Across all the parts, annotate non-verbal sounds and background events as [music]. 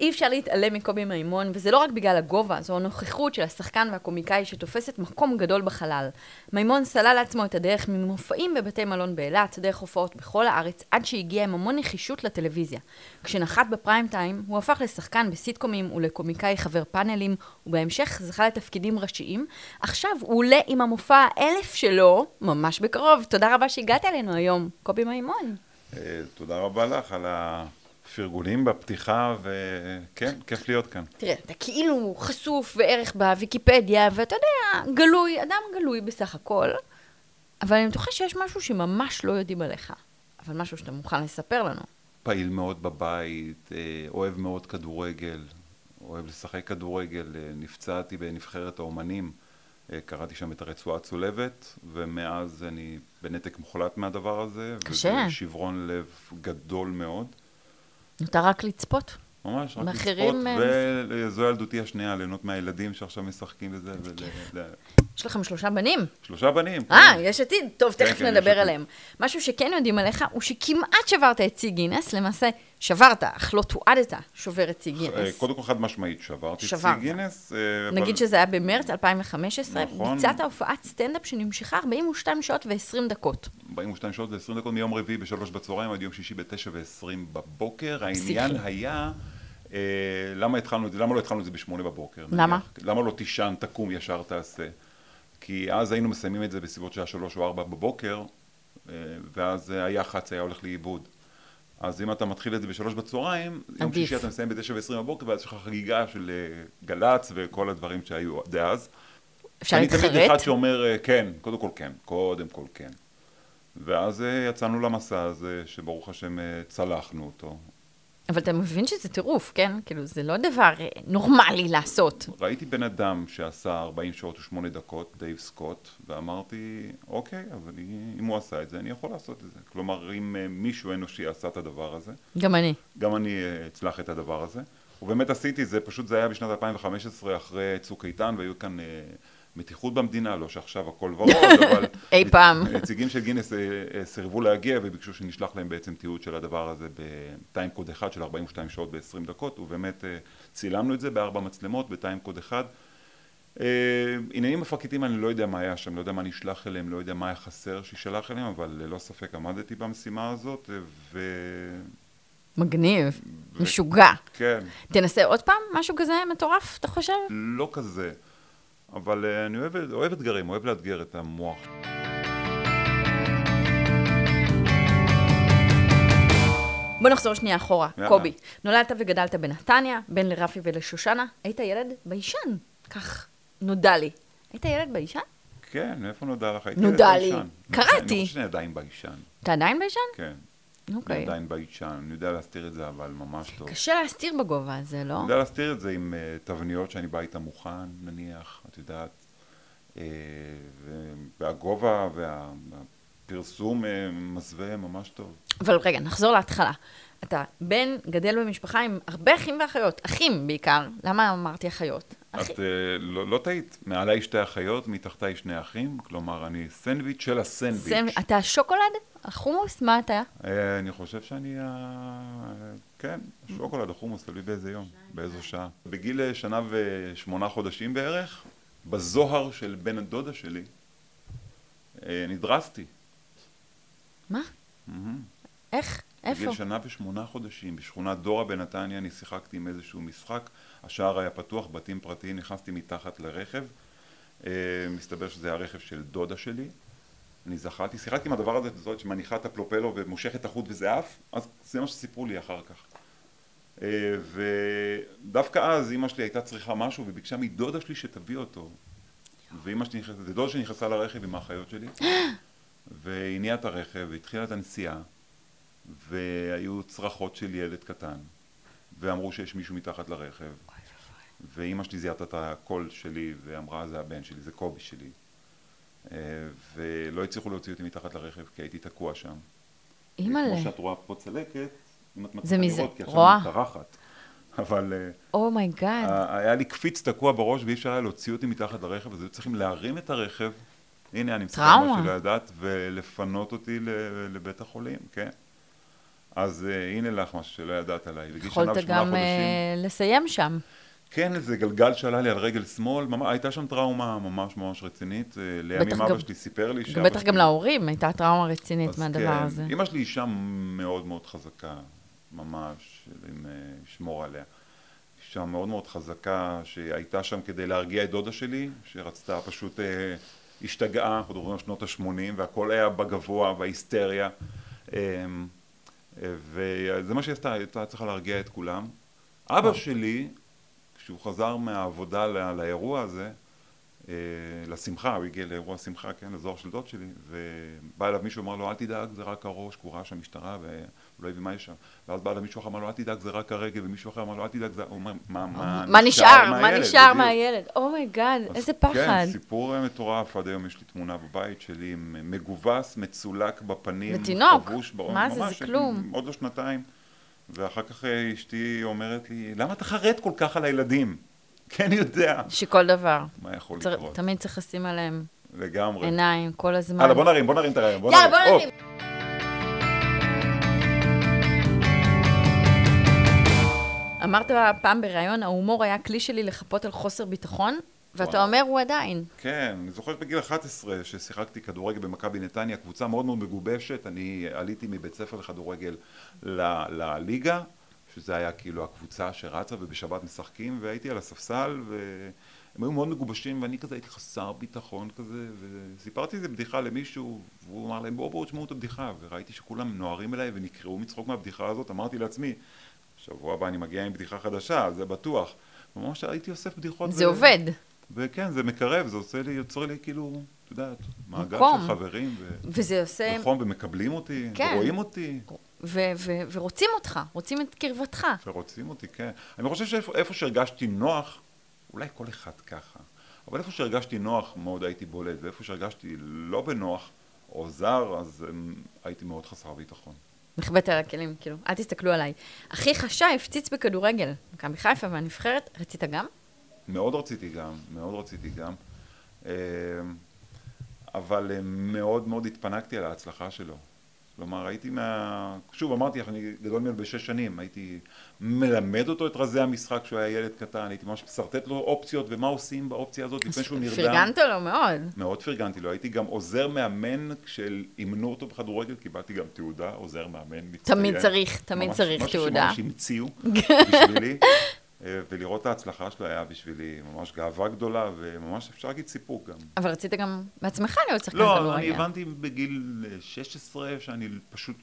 אי אפשר להתעלם מקובי מימון, וזה לא רק בגלל הגובה, זו הנוכחות של השחקן והקומיקאי שתופסת מקום גדול בחלל. מימון סלל לעצמו את הדרך ממופעים בבתי מלון באילת, דרך הופעות בכל הארץ, עד שהגיע עם המון נחישות לטלוויזיה. כשנחת בפריים טיים, הוא הפך לשחקן בסיטקומים ולקומיקאי חבר פאנלים, ובהמשך זכה לתפקידים ראשיים. עכשיו הוא עולה עם המופע האלף שלו, ממש בקרוב. תודה רבה שהגעת אלינו היום, קובי מימון. אה, תודה רבה לך על הפרגונים בפתיחה, וכן, כיף להיות כאן. תראה, אתה כאילו חשוף וערך בוויקיפדיה, ואתה יודע, גלוי, אדם גלוי בסך הכל, אבל אני בטוחה שיש משהו שממש לא יודעים עליך, אבל משהו שאתה מוכן לספר לנו. פעיל מאוד בבית, אה, אוהב מאוד כדורגל, אוהב לשחק כדורגל, אה, נפצעתי בנבחרת האומנים, אה, קראתי שם את הרצועה הצולבת, ומאז אני בנתק מוחלט מהדבר הזה. קשה. וזה שברון לב גדול מאוד. נותר רק לצפות. ממש, רק לצפות, מאחרים, אה, וזו ילדותי השנייה, ליהנות מהילדים שעכשיו משחקים בזה. ול- ל- יש לכם שלושה בנים. שלושה בנים. אה, כן. יש עתיד. טוב, כן, תכף כן, יש נדבר עתיד. עליהם. משהו שכן יודעים עליך הוא שכמעט שברת את שיא גינס, למעשה שברת, אך לא תועדת שובר את שיא אה, גינס. קודם כל חד משמעית, שברתי את שיא שברת. גינס. אה, אבל- נגיד שזה היה במרץ 2015, נכון. ביצעת הופעת סטנדאפ שנמשכה 42 שעות ו-20 דקות. 42 שעות זה 20 דקות מיום רביעי בשלוש בצהריים עד יום שישי בתשע ועשרים בבוקר. העניין היה, אה, למה התחלנו את זה, למה לא התחלנו את זה בשמונה בבוקר? למה? נניח? למה לא תישן, תקום, ישר תעשה? כי אז היינו מסיימים את זה בסביבות שעה שלוש או ארבע בבוקר, אה, ואז אה, היח"צ היה הולך לאיבוד. אז אם אתה מתחיל את זה בשלוש בצהריים, יום עדיף. שישי אתה מסיים בתשע ועשרים בבוקר, ואז יש לך חגיגה של אה, גל"צ וכל הדברים שהיו דאז. אפשר אני תמיד אחד להתחרט? שאומר אה, כן, קודם כל כן, קודם כל כן. ואז אה, יצאנו למסע הזה, שברוך השם אה, צלחנו אותו. אבל אתה מבין שזה טירוף, כן? כאילו, זה לא דבר אה, נורמלי לעשות. ראיתי בן אדם שעשה 40 שעות ושמונה דקות, דייב סקוט, ואמרתי, אוקיי, אז אני, אם הוא עשה את זה, אני יכול לעשות את זה. כלומר, אם אה, מישהו אנושי עשה את הדבר הזה, גם אני. גם אני אה, אצלח את הדבר הזה. ובאמת עשיתי את זה, פשוט זה היה בשנת 2015 אחרי צוק איתן והיו כאן אה, מתיחות במדינה, לא שעכשיו הכל [laughs] ורוד, אבל... אי פעם. [laughs] נציגים של גינס אה, אה, סירבו להגיע וביקשו שנשלח להם בעצם תיעוד של הדבר הזה בטיים קוד אחד של 42 שעות ו-20 דקות, ובאמת אה, צילמנו את זה בארבע מצלמות בטיים קוד אחד. אה, עניינים מפקדים אני לא יודע מה היה שם, לא יודע מה נשלח אליהם, לא יודע מה היה חסר שיישלח אליהם, אבל ללא ספק עמדתי במשימה הזאת, אה, ו... מגניב, משוגע. כן, תנסה עוד פעם משהו כזה מטורף, אתה חושב? לא כזה. אבל אה, אני אוהב, אוהב אתגרים, אוהב לאתגר את המוח. בוא נחזור שנייה אחורה. יאללה. קובי, נולדת וגדלת בנתניה, בן לרפי ולשושנה. היית ילד ביישן, כך נודע לי. היית ילד ביישן? כן, מאיפה נודע לך? הייתי נודע ילד לי. ביישן. קראתי. אני חושב שאני עדיין ביישן, אתה עדיין ביישן? כן. אני אוקיי. עדיין ביישן, אני יודע להסתיר את זה, אבל ממש טוב. אני קשה להסתיר בגובה הזה, לא? יודע להסתיר את זה עם אה, תבניות שאני בא איתן מוכן, נניח, את יודעת. אה, ו- והגובה וה- והפרסום אה, מזווה ממש טוב. אבל רגע, נחזור להתחלה. אתה בן גדל במשפחה עם הרבה אחים ואחיות, אחים בעיקר. למה אמרתי אחיות? אחי- את אה, לא לא טעית, מעליי שתי אחיות, מתחתיי שני אחים, כלומר אני סנדוויץ' של הסנדוויץ'. זה- אתה השוקולד? החומוס? מה אתה? אה, אני חושב שאני, ה- כן, שוקולד או חומוס, תלוי באיזה יום, באיזו שעה. בגיל אה, שנה ושמונה חודשים בערך, בזוהר של בן הדודה שלי, אה, נדרסתי. מה? איך? איפה? בגיל שנה ושמונה חודשים, בשכונת דורה בנתניה, אני שיחקתי עם איזשהו משחק, השער היה פתוח, בתים פרטיים, נכנסתי מתחת לרכב, אה, מסתבר שזה היה רכב של דודה שלי, אני זכרתי, שיחקתי עם הדבר הזה, זאת שמניחה את הפלופלו ומושכת את החוט וזה עף, אז זה מה שסיפרו לי אחר כך. אה, ודווקא אז אימא שלי הייתה צריכה משהו וביקשה מדודה שלי שתביא אותו. ואימא שלי נכנסה, זה דודה שלי נכנסה לרכב עם האחיות שלי, והניעה את הרכב והתחילה את הנסיעה. והיו צרחות של ילד קטן, ואמרו שיש מישהו מתחת לרכב, ואימא שלי זיהתה את הקול שלי ואמרה זה הבן שלי, זה קובי שלי. אה, ולא הצליחו להוציא אותי מתחת לרכב כי הייתי תקוע שם. אימא'לה, כמו שאת רואה פה צלקת, אם את זה מצליחה מזה- לראות, כי עכשיו רואה. היא קרחת. אבל אה, Oh אומייגאד, ה- היה לי קפיץ תקוע בראש ואי אפשר היה להוציא אותי מתחת לרכב, אז היו צריכים להרים את הרכב, הנה אני מספר טראומה. מה שלא ידעת, ולפנות אותי ל- לבית החולים, כן. אז אה, הנה לך משהו שלא ידעת עליי. בגיל שנה יכולת ושמונה גם חודשים. אה, לסיים שם. כן, איזה גלגל שעלה לי על רגל שמאל, ממש, הייתה שם טראומה ממש ממש רצינית. אה, לימים בטח אבא גם- שלי סיפר לי גם בטח גם להורים הייתה טראומה רצינית אז מהדבר כן, הזה. אמא שלי אישה מאוד מאוד חזקה, ממש, אם אה, אשמור עליה. אישה מאוד מאוד חזקה, שהייתה שם כדי להרגיע את דודה שלי, שרצתה פשוט, אה, השתגעה, אנחנו מדברים על שנות ה-80, והכל היה בגבוה, בהיסטריה. אה, אה, וזה מה שהיא עשתה, היא הייתה צריכה להרגיע את כולם. אבא שלי, כשהוא חזר מהעבודה לא- לאירוע הזה, אה, לשמחה, הוא הגיע לאירוע שמחה, כן, לזוהר של דוד שלי, ובא אליו מישהו, אמר לו, אל תדאג, זה רק הראש, כי הוא ראה שם משטרה, והוא לא הבין מה יש שם. ואז בא אליו מישהו אחר, אמר לו, אל תדאג, זה רק הרגל, ומישהו אחר אמר לו, אל תדאג, זה... הוא אומר, מה, מה, מה נשאר? מה מהילד?" נשאר בדיוק. מהילד? אומייגאד, אז איזה פחד. כן, סיפור אה, מטורף, עד היום יש לי תמונה בבית שלי, עם אה, מגובס, מצולק בפנים, ותינוק. חבוש בעור, מה זה, זה ממש, כלום. עוד לא שנתיים. ואחר כך אה, אשתי אומרת לי, למה אתה חרד כל כך על הילדים? [laughs] כן יודע. שכל דבר. מה יכול צריך- לקרות? תמיד צריך לשים עליהם לגמרי. עיניים כל הזמן. הלאה, בוא נרים, בוא נרים את הרעיון. יאללה, בוא נרים. אוקיי. אמרת פעם בריאיון, ההומור היה כלי שלי לחפות על חוסר ביטחון, ואתה וואו. אומר, הוא עדיין. כן, אני זוכר בגיל 11 ששיחקתי כדורגל במכבי נתניה, קבוצה מאוד מאוד מגובשת, אני עליתי מבית ספר לכדורגל ל- לליגה, שזה היה כאילו הקבוצה שרצה ובשבת משחקים, והייתי על הספסל, והם היו מאוד מגובשים, ואני כזה הייתי חסר ביטחון כזה, וסיפרתי איזה בדיחה למישהו, והוא אמר להם, בואו בואו תשמעו את הבדיחה, וראיתי שכולם נוהרים אליי ונקרעו מצחוק מהבדיחה הזאת, אמרתי לעצמי, שבוע הבא אני מגיע עם בדיחה חדשה, זה בטוח. ממש הייתי אוסף בדיחות. זה ו- עובד. וכן, זה מקרב, זה עושה לי, יוצר לי כאילו, את יודעת, מעגל מקום. של חברים, ו... וזה עושה... וחום, ומקבלים אותי, כן. ורואים אותי, ו- ו- ורוצים אותך, רוצים את קרבתך. ורוצים אותי, כן. אני חושב שאיפה איפה שהרגשתי נוח, אולי כל אחד ככה, אבל איפה שהרגשתי נוח, מאוד הייתי בולט, ואיפה שהרגשתי לא בנוח, או זר, אז אמ, הייתי מאוד חסר ביטחון. נכבדת על הכלים, כאילו, אל תסתכלו עליי. אחיך שי הפציץ בכדורגל, מכבי חיפה והנבחרת, רצית גם? מאוד רציתי גם, מאוד רציתי גם. אמ, אבל אמ, מאוד מאוד התפנקתי על ההצלחה שלו. כלומר, הייתי מה... שוב, אמרתי לך, אני גדול ממנו בשש שנים, הייתי מלמד אותו את רזי המשחק כשהוא היה ילד קטן, הייתי ממש משרטט לו אופציות ומה עושים באופציה הזאת לפני שהוא נרדם. פרגנת לו מאוד. מאוד פרגנתי לו, הייתי גם עוזר מאמן כשאימנו אותו בכדורגל, קיבלתי גם תעודה, עוזר מאמן מצטיין. תמיד צריך, תמיד ממש, צריך תעודה. משהו שממש [laughs] המציאו בשבילי, אה, ולראות את ההצלחה שלו היה בשבילי ממש גאווה גדולה, וממש אפשר להגיד סיפוק גם. אבל רצית גם בעצמך להיות שחקן לא, אני כדורגל. הבנתי בגיל אה, 16 שאני פשוט,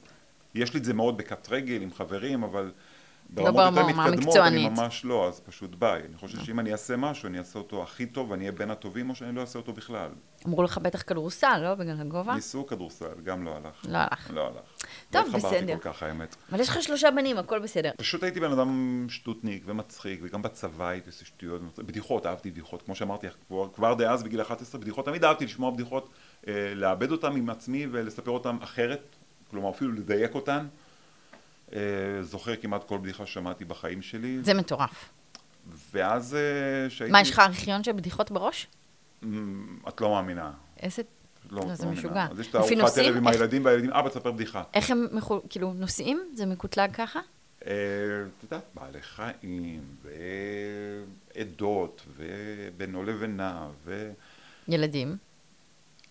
יש לי את זה מאוד בכת רגל עם חברים, אבל ברמות יותר ברמה מתקדמות אני לא המקצוענית. ממש לא, אז פשוט ביי. אני חושב שאם אני אעשה משהו, אני אעשה אותו הכי טוב, ואני אהיה בין הטובים, או שאני לא אעשה אותו בכלל. אמרו לך בטח כדורסל, לא? בגלל הגובה? ניסו כדורסל, גם לא [laughs] הלך. לא הלך. לא הלך. טוב, לא התחברתי בסדר. כל כך, האמת. אבל יש לך שלושה בנים, הכל בסדר. פשוט הייתי בן אדם שטוטניק ומצחיק, וגם בצבא הייתי עושה שטויות, בדיחות, אהבתי בדיחות, כמו שאמרתי לך, כבר, כבר דאז בגיל 11 בדיחות, תמיד אהבתי לשמוע בדיחות, אה, לעבד אותן עם עצמי ולספר אותן אחרת, כלומר אפילו לדייק אותן. אה, זוכר כמעט כל בדיחה ששמעתי בחיים שלי, זה מטורף. ואז אה, שהייתי... מה, יש לך ארכיון של בדיחות בראש? אמ, את לא מאמינה. איזה... לא, לא, את זה לא מאמינה. משוגע. אז יש את לפי הארוחת נושאים? ערב עם איך- הילדים, והילדים, אבא, תספר בדיחה. איך הם מחו... כאילו, נוסעים? זה מקוטלג ככה? אה, את יודעת, בעלי חיים, ועדות, ובינו לבינה, ו... ילדים.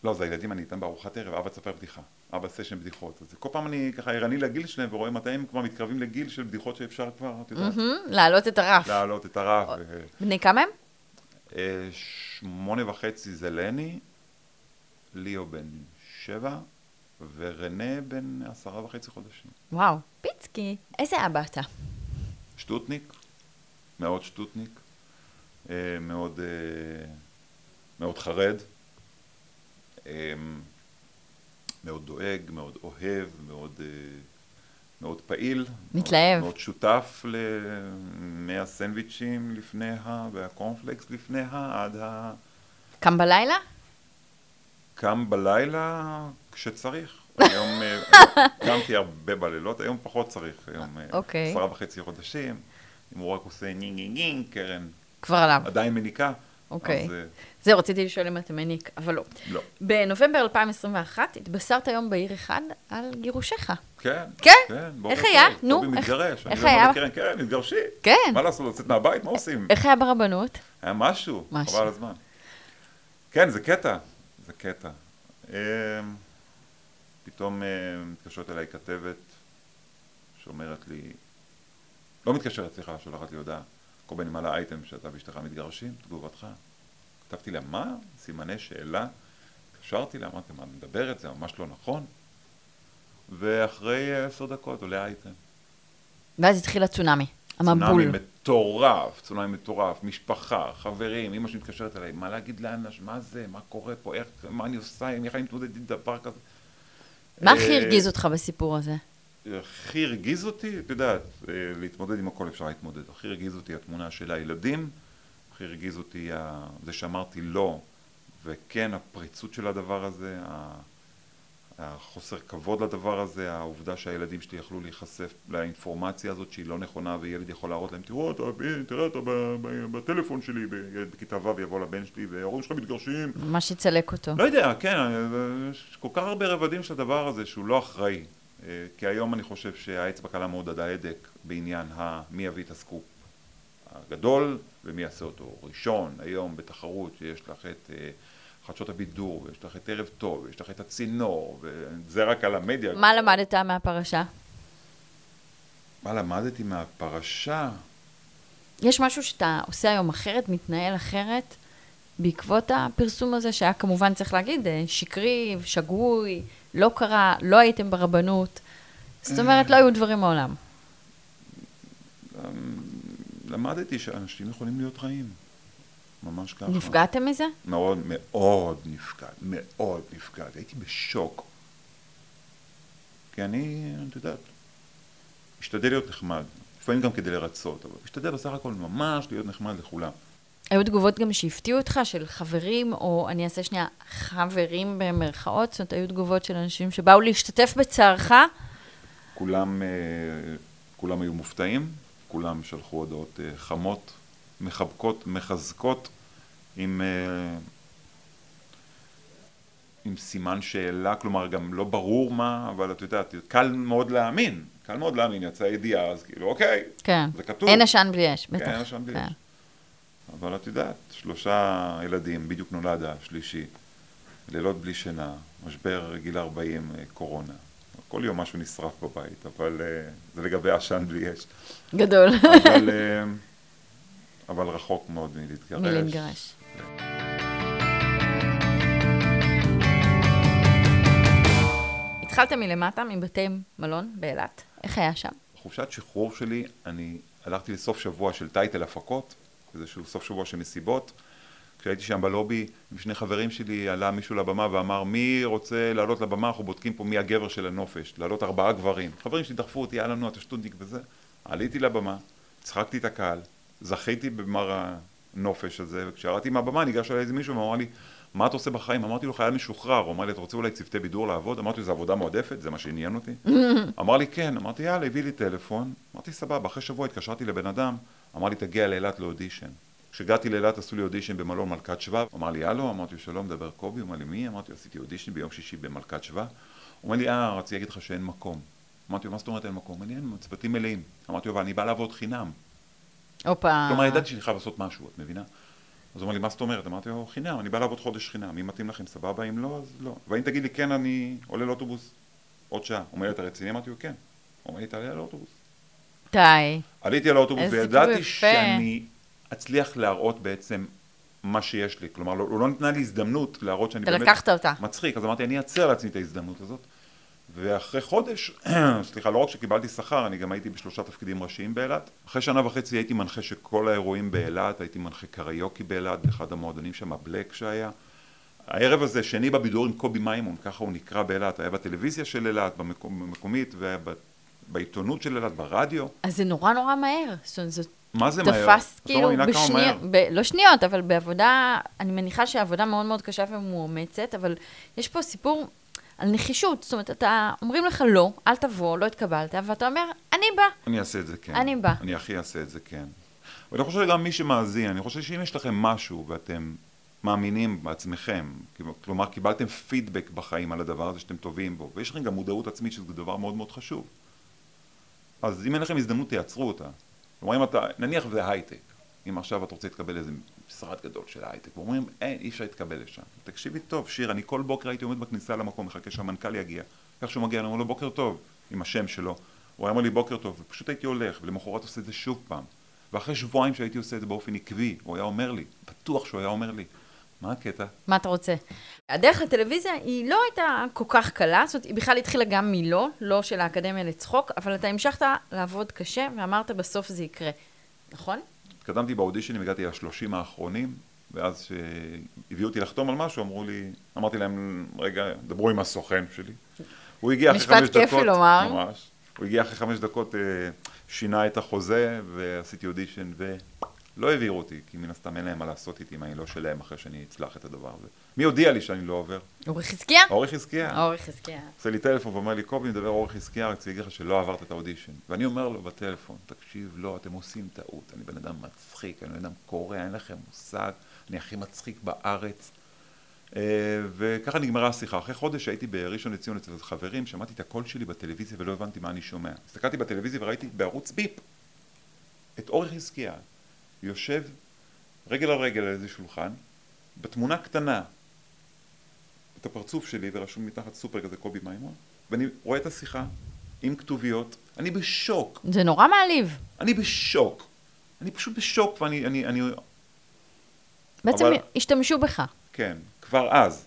לא, זה הילדים, אני איתם בארוחת ערב, אבא תספר בדיחה, אבא סשן בדיחות. אז כל פעם אני ככה ערני לגיל שלהם ורואה מתי הם כבר מתקרבים לגיל של בדיחות שאפשר כבר, את יודעת, מהמם, להעלות את הרף. להעלות את הרף. ו- בני כמה הם? אה, שמונה וחצי זה לני, ליאו בן שבע, ורנה בן עשרה וחצי חודשים. וואו. פיצקי. איזה אבא אתה? שטוטניק, מאוד שטוטניק, אה, מאוד, אה, מאוד חרד, אה, מאוד דואג, מאוד אוהב, מאוד אה, מאוד פעיל. מתלהב. מאוד, מאוד שותף למהסנדוויצ'ים לפני ה... והקורנפלקס לפני ה... עד ה... קם בלילה? קם בלילה כשצריך. היום אה, [laughs] אה, קמתי הרבה בלילות, היום פחות צריך. היום אה, אוקיי. עשרה וחצי חודשים. אם הוא רק עושה נינג נינג נינג, קרן כבר עליו. עדיין מניקה. אוקיי. אז אה, זהו, רציתי לשאול אם אתה מניק, אבל לא. לא. בנובמבר 2021 התבשרת היום בעיר אחד על גירושך. כן. כן? בוקר איך היה? טוב. נו, טובי איך- מתגרש. איך אני אומר היה? לקרן, קרן, מתגרשים. כן. מה לעשות, לצאת מהבית? מה עושים? איך היה ברבנות? היה משהו, משהו. משהו. חבל על הזמן. כן, זה קטע, זה קטע. אמ, פתאום אמ, מתקשרת אליי כתבת שאומרת לי, לא מתקשרת, סליחה, שולחת לי הודעה, קובן, אם עלה אייטם שאתה ואשתך מתגרשים, תגובתך. כתבתי לה, מה? סימני שאלה. התקשרתי לה, אמרתי, מה את מדברת? זה ממש לא נכון. ואחרי אה, עשר דקות עולה אייטם. ואז התחיל הצונאמי, המבול. צונאמי מטורף, צונאמי מטורף, משפחה, חברים, אמא שלי מתקשרת אליי, מה להגיד לאנשים, מה זה, מה קורה פה, איך, מה אני עושה, איך אני מתמודד עם דבר כזה. מה הכי אה, הרגיז אותך בסיפור הזה? הכי הרגיז אותי, את יודעת, אה, להתמודד עם הכל אפשר להתמודד. הכי הרגיז אותי התמונה של הילדים, הכי הרגיז אותי ה- זה שאמרתי לא, וכן הפריצות של הדבר הזה, ה- החוסר כבוד לדבר הזה, העובדה שהילדים שלי יכלו להיחשף לאינפורמציה הזאת שהיא לא נכונה, וילד יכול להראות להם, תראו אתה, ב- תראה אתה ב- ב- בטלפון שלי, ב- ילד בכיתה ו' יבוא לבן שלי, וההורים שלך מתגרשים. ממש יצלק אותו. לא יודע, כן, אה, יש כל כך הרבה רבדים של הדבר הזה שהוא לא אחראי. אה, כי היום אני חושב שהאצבע קלה מאוד עד ההדק בעניין ה- מי יביא את הסקופ הגדול ומי יעשה אותו ראשון. היום בתחרות יש לך את אה, חדשות הבידור, ויש לך את ערב טוב, ויש לך את הצינור, וזה רק על המדיה. מה למדת מהפרשה? מה למדתי מהפרשה? יש משהו שאתה עושה היום אחרת, מתנהל אחרת, בעקבות הפרסום הזה, שהיה כמובן, צריך להגיד, אה, שקרי, שגוי, לא קרה, לא הייתם ברבנות. זאת אומרת, לא היו דברים מעולם. למדתי שאנשים יכולים להיות רעים. ממש ככה. נפגעתם מזה? מאוד מאוד נפקד, מאוד נפקד, הייתי בשוק. כי אני, את יודעת, משתדל להיות נחמד, לפעמים גם כדי לרצות, אבל משתדל בסך הכל ממש להיות נחמד לכולם. היו תגובות גם שהפתיעו אותך, של חברים, או אני אעשה שנייה, חברים במרכאות, זאת אומרת, היו תגובות של אנשים שבאו להשתתף בצערך. כולם, אה, כולם היו מופתעים, כולם שלחו הודעות אה, חמות, מחבקות, מחזקות, עם, אה, עם סימן שאלה, כלומר גם לא ברור מה, אבל את יודעת, קל מאוד להאמין, קל מאוד להאמין, יצאה ידיעה, אז כאילו, אוקיי, כן. זה כתוב. אין עשן בלי אש, בטח. כן, אין עשן בלי כן. אש. אבל את יודעת, שלושה ילדים, בדיוק נולד השלישי, לילות בלי שינה, משבר גיל 40, אה, קורונה. כל יום משהו נשרף בבית, אבל אה, זה לגבי עשן בלי [laughs] אש. גדול. אבל, אה, אבל רחוק מאוד מלהתגרש. מלהתגרש. התחלת מלמטה, מבתי מלון באילת. איך היה שם? בחופשת שחרור שלי, אני הלכתי לסוף שבוע של טייטל הפקות, איזשהו סוף שבוע של מסיבות. כשהייתי שם בלובי עם שני חברים שלי, עלה מישהו לבמה ואמר, מי רוצה לעלות לבמה? אנחנו בודקים פה מי הגבר של הנופש, לעלות ארבעה גברים. חברים שלי דחפו אותי, יאללה נו, אתה שטודניק וזה. עליתי לבמה, צחקתי את הקהל, זכיתי במר הנופש הזה, וכשירדתי מהבמה ניגש אליי איזה מישהו ואמר לי, מה אתה עושה בחיים? אמרתי לו, חייל משוחרר. הוא אמר לי, אתה רוצה אולי צוותי בידור לעבוד? אמרתי לו, זה עבודה מועדפת, זה מה שעניין אותי. אמר לי, כן. אמרתי, יאללה, הביא לי טלפון. אמרתי, סבבה. אחרי שבוע התקשרתי לבן אדם, אמר לי, תגיע לאילת לאודישן. כשהגעתי לאילת עשו לי אודישן במלון מלכת שבא. אמר לי, הלו? אמרתי, שלום, מדבר קובי. הוא אמר לי, מי? אמרתי, עשיתי אודישן ביום שישי במלכת שבא. הוא אומר לי, אה, רציתי להגיד לך שאין מקום. אמרתי לו, מה זאת אומרת אין מקום? הוא אומר לי, אין, צוותים מלאים. אמרתי לו, אבל אני בא לעבוד חינם. הופה. כלומר, ידעתי שאני חייב לעשות משהו, את מבינה? אז הוא אמר לי, מה זאת אומרת? אמרתי לו, חינם, אני בא לעבוד חודש חינם, אם מתאים לכם סבבה, אם לא, אז לא. ואם תגיד לי, כן, אני עולה לאוטובוס עוד שעה. הוא אומר לי, אתה רציני? אמרתי לו, כן. הוא אומר לי, תעלה על האוטובוס. די. עליתי על האוטובוס איזה סיפור וידעתי יפה. שאני אצליח להראות בעצם מה שיש לי. כלומר, לא, לא ניתנה לי הזדמנות להראות שאני אתה באמת... לקחת אותה. מצחיק, אז אמרתי, אני אעצר לעצמי את ההזדמנות הזאת. ואחרי חודש, [clears throat] סליחה, לא רק שקיבלתי שכר, אני גם הייתי בשלושה תפקידים ראשיים באילת. אחרי שנה וחצי הייתי מנחה של כל האירועים באילת, הייתי מנחה קריוקי באילת, באחד המועדונים שם, הבלק שהיה. הערב הזה, שני בבידור עם קובי מימון, ככה הוא נקרא באילת, היה בטלוויזיה של אילת, במקומ- במקומית, והיה ב- בעיתונות של אילת, ברדיו. אז זה נורא נורא מהר. זאת אומרת, זה מה זה מהר? תפס את לא כאילו מאמינה כמה בשניות, מהר. ב- לא שניות, אבל בעבודה, אני מניחה שהעבודה מאוד מאוד קשה ומאומצת, אבל יש פה סיפור על נחישות. זאת אומרת, אתה, אומרים לך לא, אל תבוא, לא התקבלת, ואתה אומר, אני בא. אני אעשה את זה כן. אני בא. אני הכי אעשה את זה כן. ואני חושב שגם מי שמאזין, אני חושב שאם יש לכם משהו ואתם מאמינים בעצמכם, כאילו, כלומר קיבלתם פידבק בחיים על הדבר הזה שאתם טובים בו, ויש לכם גם מודעות עצמית שזה דבר מאוד מאוד חשוב. אז אם אין לכם הזדמנות, תייצרו אותה. כלומר, אם אתה, נניח וזה הייטק, אם עכשיו אתה רוצה להתקבל לאיזה משרד גדול של הייטק, ואומרים, אין, אי אפשר להתקבל לשם. תקשיבי טוב, שיר, אני כל בוקר הייתי עומד בכניסה למקום, מחכה שהמנכ"ל יגיע. איך שהוא מגיע, אני אומר לו, בוקר טוב, עם השם שלו. הוא היה אומר לי, בוקר טוב, ופשוט הייתי הולך, ולמחרת עושה את זה שוב פעם. ואחרי שבועיים שהייתי עושה את זה באופן עקבי, הוא היה אומר לי, בטוח שהוא היה אומר לי, מה הקטע? מה אתה רוצה? הדרך לטלוויזיה היא לא הייתה כל כך קלה, זאת אומרת, היא בכלל התחילה גם מלא, לא של האקדמיה לצחוק, אבל אתה המשכת לעבוד קשה ואמרת בסוף זה יקרה, נכון? התקדמתי באודישנים, הגעתי לשלושים האחרונים, ואז כשהביאו אותי לחתום על משהו, אמרו לי, אמרתי להם, רגע, דברו עם הסוכן שלי. הוא הגיע אחרי משפט חמש דקות, כיפי לומר. ממש. הוא הגיע אחרי חמש דקות, אה, שינה את החוזה, ועשיתי אודישן, ולא העבירו אותי, כי מן הסתם אין להם מה לעשות איתי אם אני לא שלהם אחרי שאני אצלח את הדבר הזה. מי הודיע לי שאני לא עובר? אורי חזקיה? האורי חזקיה. אורי חזקיה. עושה לי טלפון ואומר לי, קובי, מדבר אורך חזקיה, רציתי להגיד לך שלא עברת את האודישן. ואני אומר לו בטלפון, תקשיב, לא, אתם עושים טעות, אני בן אדם מצחיק, אני בן אדם קורע, אין לכם מושג, אני הכי מצחיק בארץ. אה, וככה נגמרה השיחה. אחרי חודש שהייתי בראשון לציון אצל חברים, שמעתי את הקול שלי בטלוויזיה ולא הבנתי מה אני שומע. הסתכלתי בטלוויזיה וראיתי בערוץ ביפ את אורך חזקיה יושב רגל על רגל על איזה שולחן, בתמונה קטנה, את הפרצוף שלי ורשום מתחת סופר כזה קובי מימון, ואני רואה את השיחה עם כתוביות, אני בשוק, זה נורא מעליב. אני בשוק, אני פשוט בשוק ואני, אני, אני, בעצם אבל- השתמשו בך. כן, כבר אז.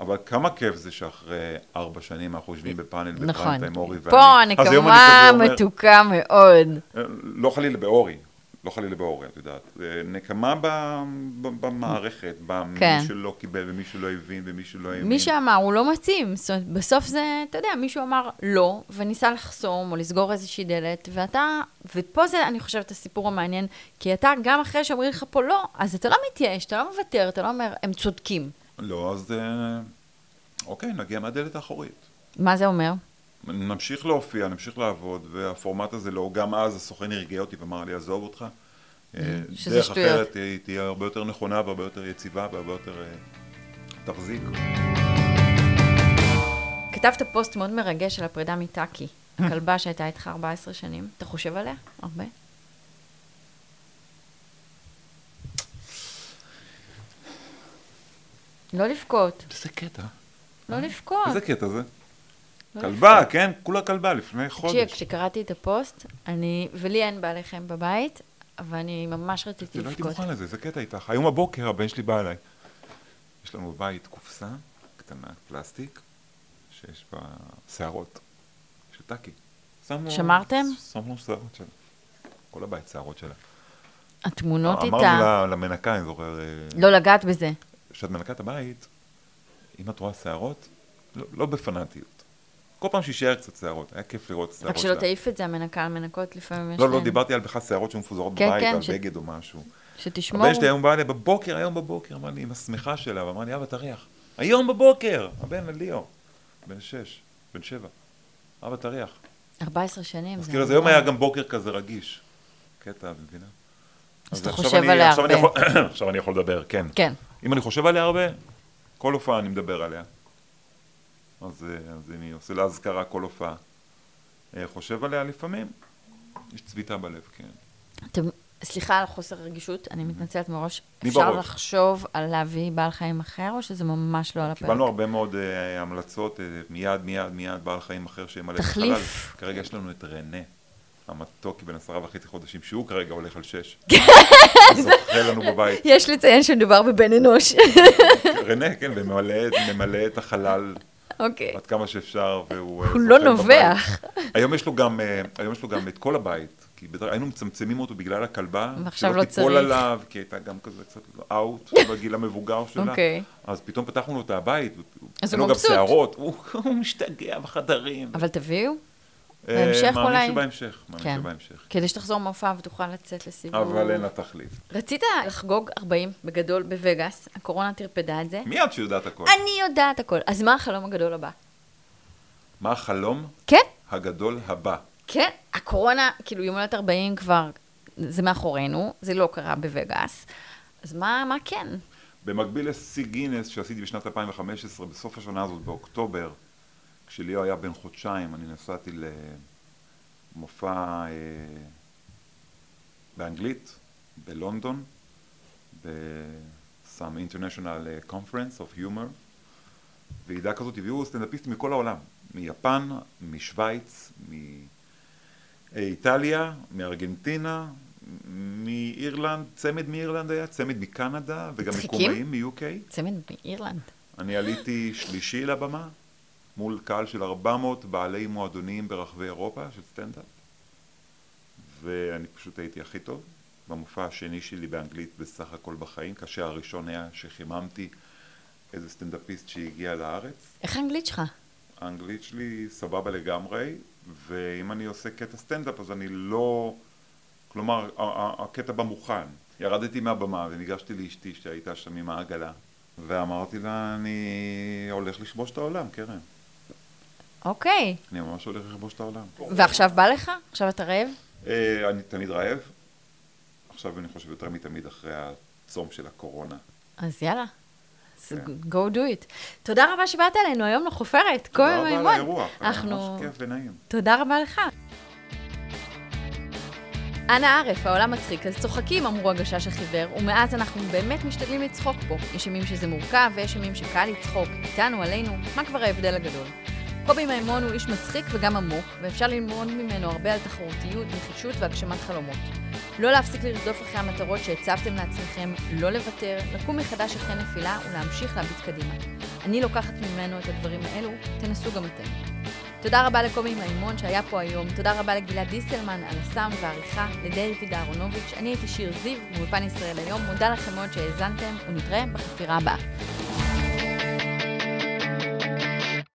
אבל כמה כיף זה שאחרי ארבע שנים אנחנו יושבים בפאנל נכון. בפריים טיים, אורי ואני. פה אז היום הנקמה כזה אומר- מתוקה מאוד. לא חלילה באורי, לא חלילה באורי, את יודעת. זה נקמה ב, ב, במערכת, במי כן. שלא קיבל ומי שלא הבין ומי שלא האמין. מי שאמר, הוא לא מתאים. זאת אומרת, בסוף זה, אתה יודע, מישהו אמר לא, וניסה לחסום או לסגור איזושהי דלת, ואתה, ופה זה, אני חושבת, הסיפור המעניין, כי אתה, גם אחרי שאומרים לך פה לא, אז אתה לא מתייאש, אתה לא מוותר, אתה לא אומר, הם צודקים. לא, אז אה, אוקיי, נגיע מהדלת האחורית. מה זה אומר? נמשיך להופיע, נמשיך לעבוד, והפורמט הזה לא, גם אז הסוכן הרגיע אותי ואמר לי, עזוב אותך. אה, Mm-hmm. שזה דרך שטויות. אחרת אה, היא תהיה הרבה יותר נכונה והרבה יותר יציבה והרבה יותר אה, תחזיק. כתבת פוסט מאוד מרגש על הפרידה מטאקי, הכלבה שהייתה איתך 14 שנים. אתה חושב עליה? הרבה? לא לבכות, איזה קטע. לא לבכות. איזה קטע זה? לא כלבה, כן? כולה כלבה, לפני תקשיב, חודש. כשקראתי את הפוסט, אני, ולי אין בעלי חיים בבית, אבל אני ממש רציתי לא הייתי לבכות. מוכן לזה, איזה קטע איתך. היום בבוקר הבן שלי בא אליי. יש לנו בבית קופסה קטנה, פלסטיק, שיש בה שערות של טאקי. שמנו- שמרתם? שמנו שערות שלה. כל הבית שערות שלה. התמונות לא, אמרנו איתה, לה- למנקה, אני זוכר, אה, לא לגעת בזה. כשאת מנקה את הבית, אם את רואה שערות, לא- לא בפנאטיות. כל פעם שישאר קצת שערות, היה כיף לראות שערות רק שלה. שלא תעיף את זה, המנקה על מנקות לפעמים יש לא, לא, להם. דיברתי על בכלל שערות שמפוזרות כן, בבית, כן, על ש- בגד או משהו. שתשמור. הבן שלי היום בא אליי בבוקר, היום בבוקר, אמר לי, עם השמיכה שלה, ואמר לי, אבא, תריח. היום בבוקר! הבן ליאו, בן שש, בן שבע. אבא, תריח. 14 שנים. לא אז כאילו, זה היום היה גם בוקר כזה רגיש. קטע, את מבינה? אז אתה עכשיו חושב אני- עליה עכשיו אני הרבה. יכול- [coughs] עכשיו אני יכול לדבר, כן. כן. אם אני חושב עליה הרבה, כל הופעה אני מדבר עליה. אז, אה, אז אני עושה לה אזכרה כל הופעה. אה, חושב עליה לפעמים, יש צביטה בלב, כן. אתם, סליחה על חוסר הרגישות, אני מתנצלת מראש. מי אפשר בראש? לחשוב על להביא בעל חיים אחר, או שזה ממש לא על הפרק? קיבלנו הרבה מאוד אה, המלצות, אה, מיד, מיד, מיד, בעל חיים אחר שימלא את תחליף. החלל. כרגע יש לנו את רנה, המתוק בן עשרה וחצי חודשים, שהוא כרגע הולך על שש. זוכה לנו בבית. יש לציין שמדובר בבן אנוש. [laughs] רנה, כן, וממלא את- ממלא את החלל אוקיי. עד כמה שאפשר, והוא... אה, הוא לא זוחל נובח. [laughs] בבית. היום יש לו גם, אה, היום יש לו גם את כל הבית, כי בדרך היינו מצמצמים אותו בגלל הכלבה, ועכשיו שלא לא תיפול צריך. עליו, כי הייתה גם כזה קצת אאוט [laughs] בגיל המבוגר שלה. אוקיי. אז פתאום פתחנו לו את הבית, אז הוא היו לו גם [laughs] מבסוט. שערות, הוא הוא משתגע בחדרים. אבל תביאו. בהמשך אה, אולי? מאמין שבהמשך, מאמין כן. שבהמשך. כדי שתחזור מההופעה ותוכל לצאת לסיבוב. אבל אין לה תחליף. רצית לחגוג 40 בגדול בווגאס, הקורונה טרפדה את זה. מי את שיודעת הכל? אני יודעת הכל. אז מה החלום הגדול הבא? מה החלום כן, הגדול הבא? כן, הקורונה, כאילו, יום הולדת 40 כבר, זה מאחורינו, זה לא קרה בווגאס. אז מה, מה כן? במקביל לשיא גינס שעשיתי בשנת 2015, בסוף השנה הזאת, באוקטובר, כשליאו היה בן חודשיים, אני נסעתי למופע אה, באנגלית, בלונדון, ב-some international אה, conference of humor. ועידה כזאת הביאו סטנדאפיסטים מכל העולם, מיפן, משוויץ, מאיטליה, מארגנטינה, מאירלנד, צמד מאירלנד היה, צמד מקנדה, וגם מצחיקים? מקומאים מ-UK. צמד מאירלנד. אני עליתי שלישי לבמה, מול קהל של 400 בעלי מועדונים ברחבי אירופה של סטנדאפ, ואני פשוט הייתי הכי טוב. במופע השני שלי באנגלית בסך הכל בחיים, כאשר הראשון היה שחיממתי איזה סטנדאפיסט שהגיע לארץ, איך האנגלית שלך? האנגלית שלי סבבה לגמרי, ואם אני עושה קטע סטנדאפ אז אני לא... כלומר, ה- ה- הקטע בה מוכן. ירדתי מהבמה וניגשתי לאשתי שהייתה שם עם העגלה, ואמרתי לה, אני הולך לכבוש את העולם, קרן. אוקיי. אני ממש הולך לכבוש את העולם. ועכשיו בא לך? עכשיו אתה רעב? אה, אני תמיד רעב, עכשיו אני חושב יותר מתמיד אחרי הצום של הקורונה. אז יאללה. אז כן. go do it. תודה רבה שבאת אלינו היום לחופרת. תודה כהן רבה על מימון. האירוח, היה אנחנו... ממש כיף ונעים. תודה רבה לך. אנה ערף, העולם מצחיק, אז צוחקים, אמרו הגשש החיוור, ומאז אנחנו באמת משתדלים לצחוק פה. יש ימים שזה מורכב, ויש ימים שקל לצחוק, איתנו, עלינו, מה כבר ההבדל הגדול? קובי מימון הוא איש מצחיק וגם עמוק, ואפשר ללמוד ממנו הרבה על תחרותיות, נחישות והגשמת חלומות. לא להפסיק לרדוף אחרי המטרות שהצבתם לעצמכם, לא לוותר, לקום מחדש אחרי נפילה ולהמשיך להביט קדימה. אני לוקחת ממנו את הדברים האלו, תנסו גם אתם. תודה רבה לקובי מימון שהיה פה היום, תודה רבה לגלעד דיסלמן על הסאונד והעריכה, לדייוויד אהרונוביץ', אני הייתי שיר זיו מאולפן ישראל היום, מודה לכם מאוד שהאזנתם, ונתראה בחפירה הבאה.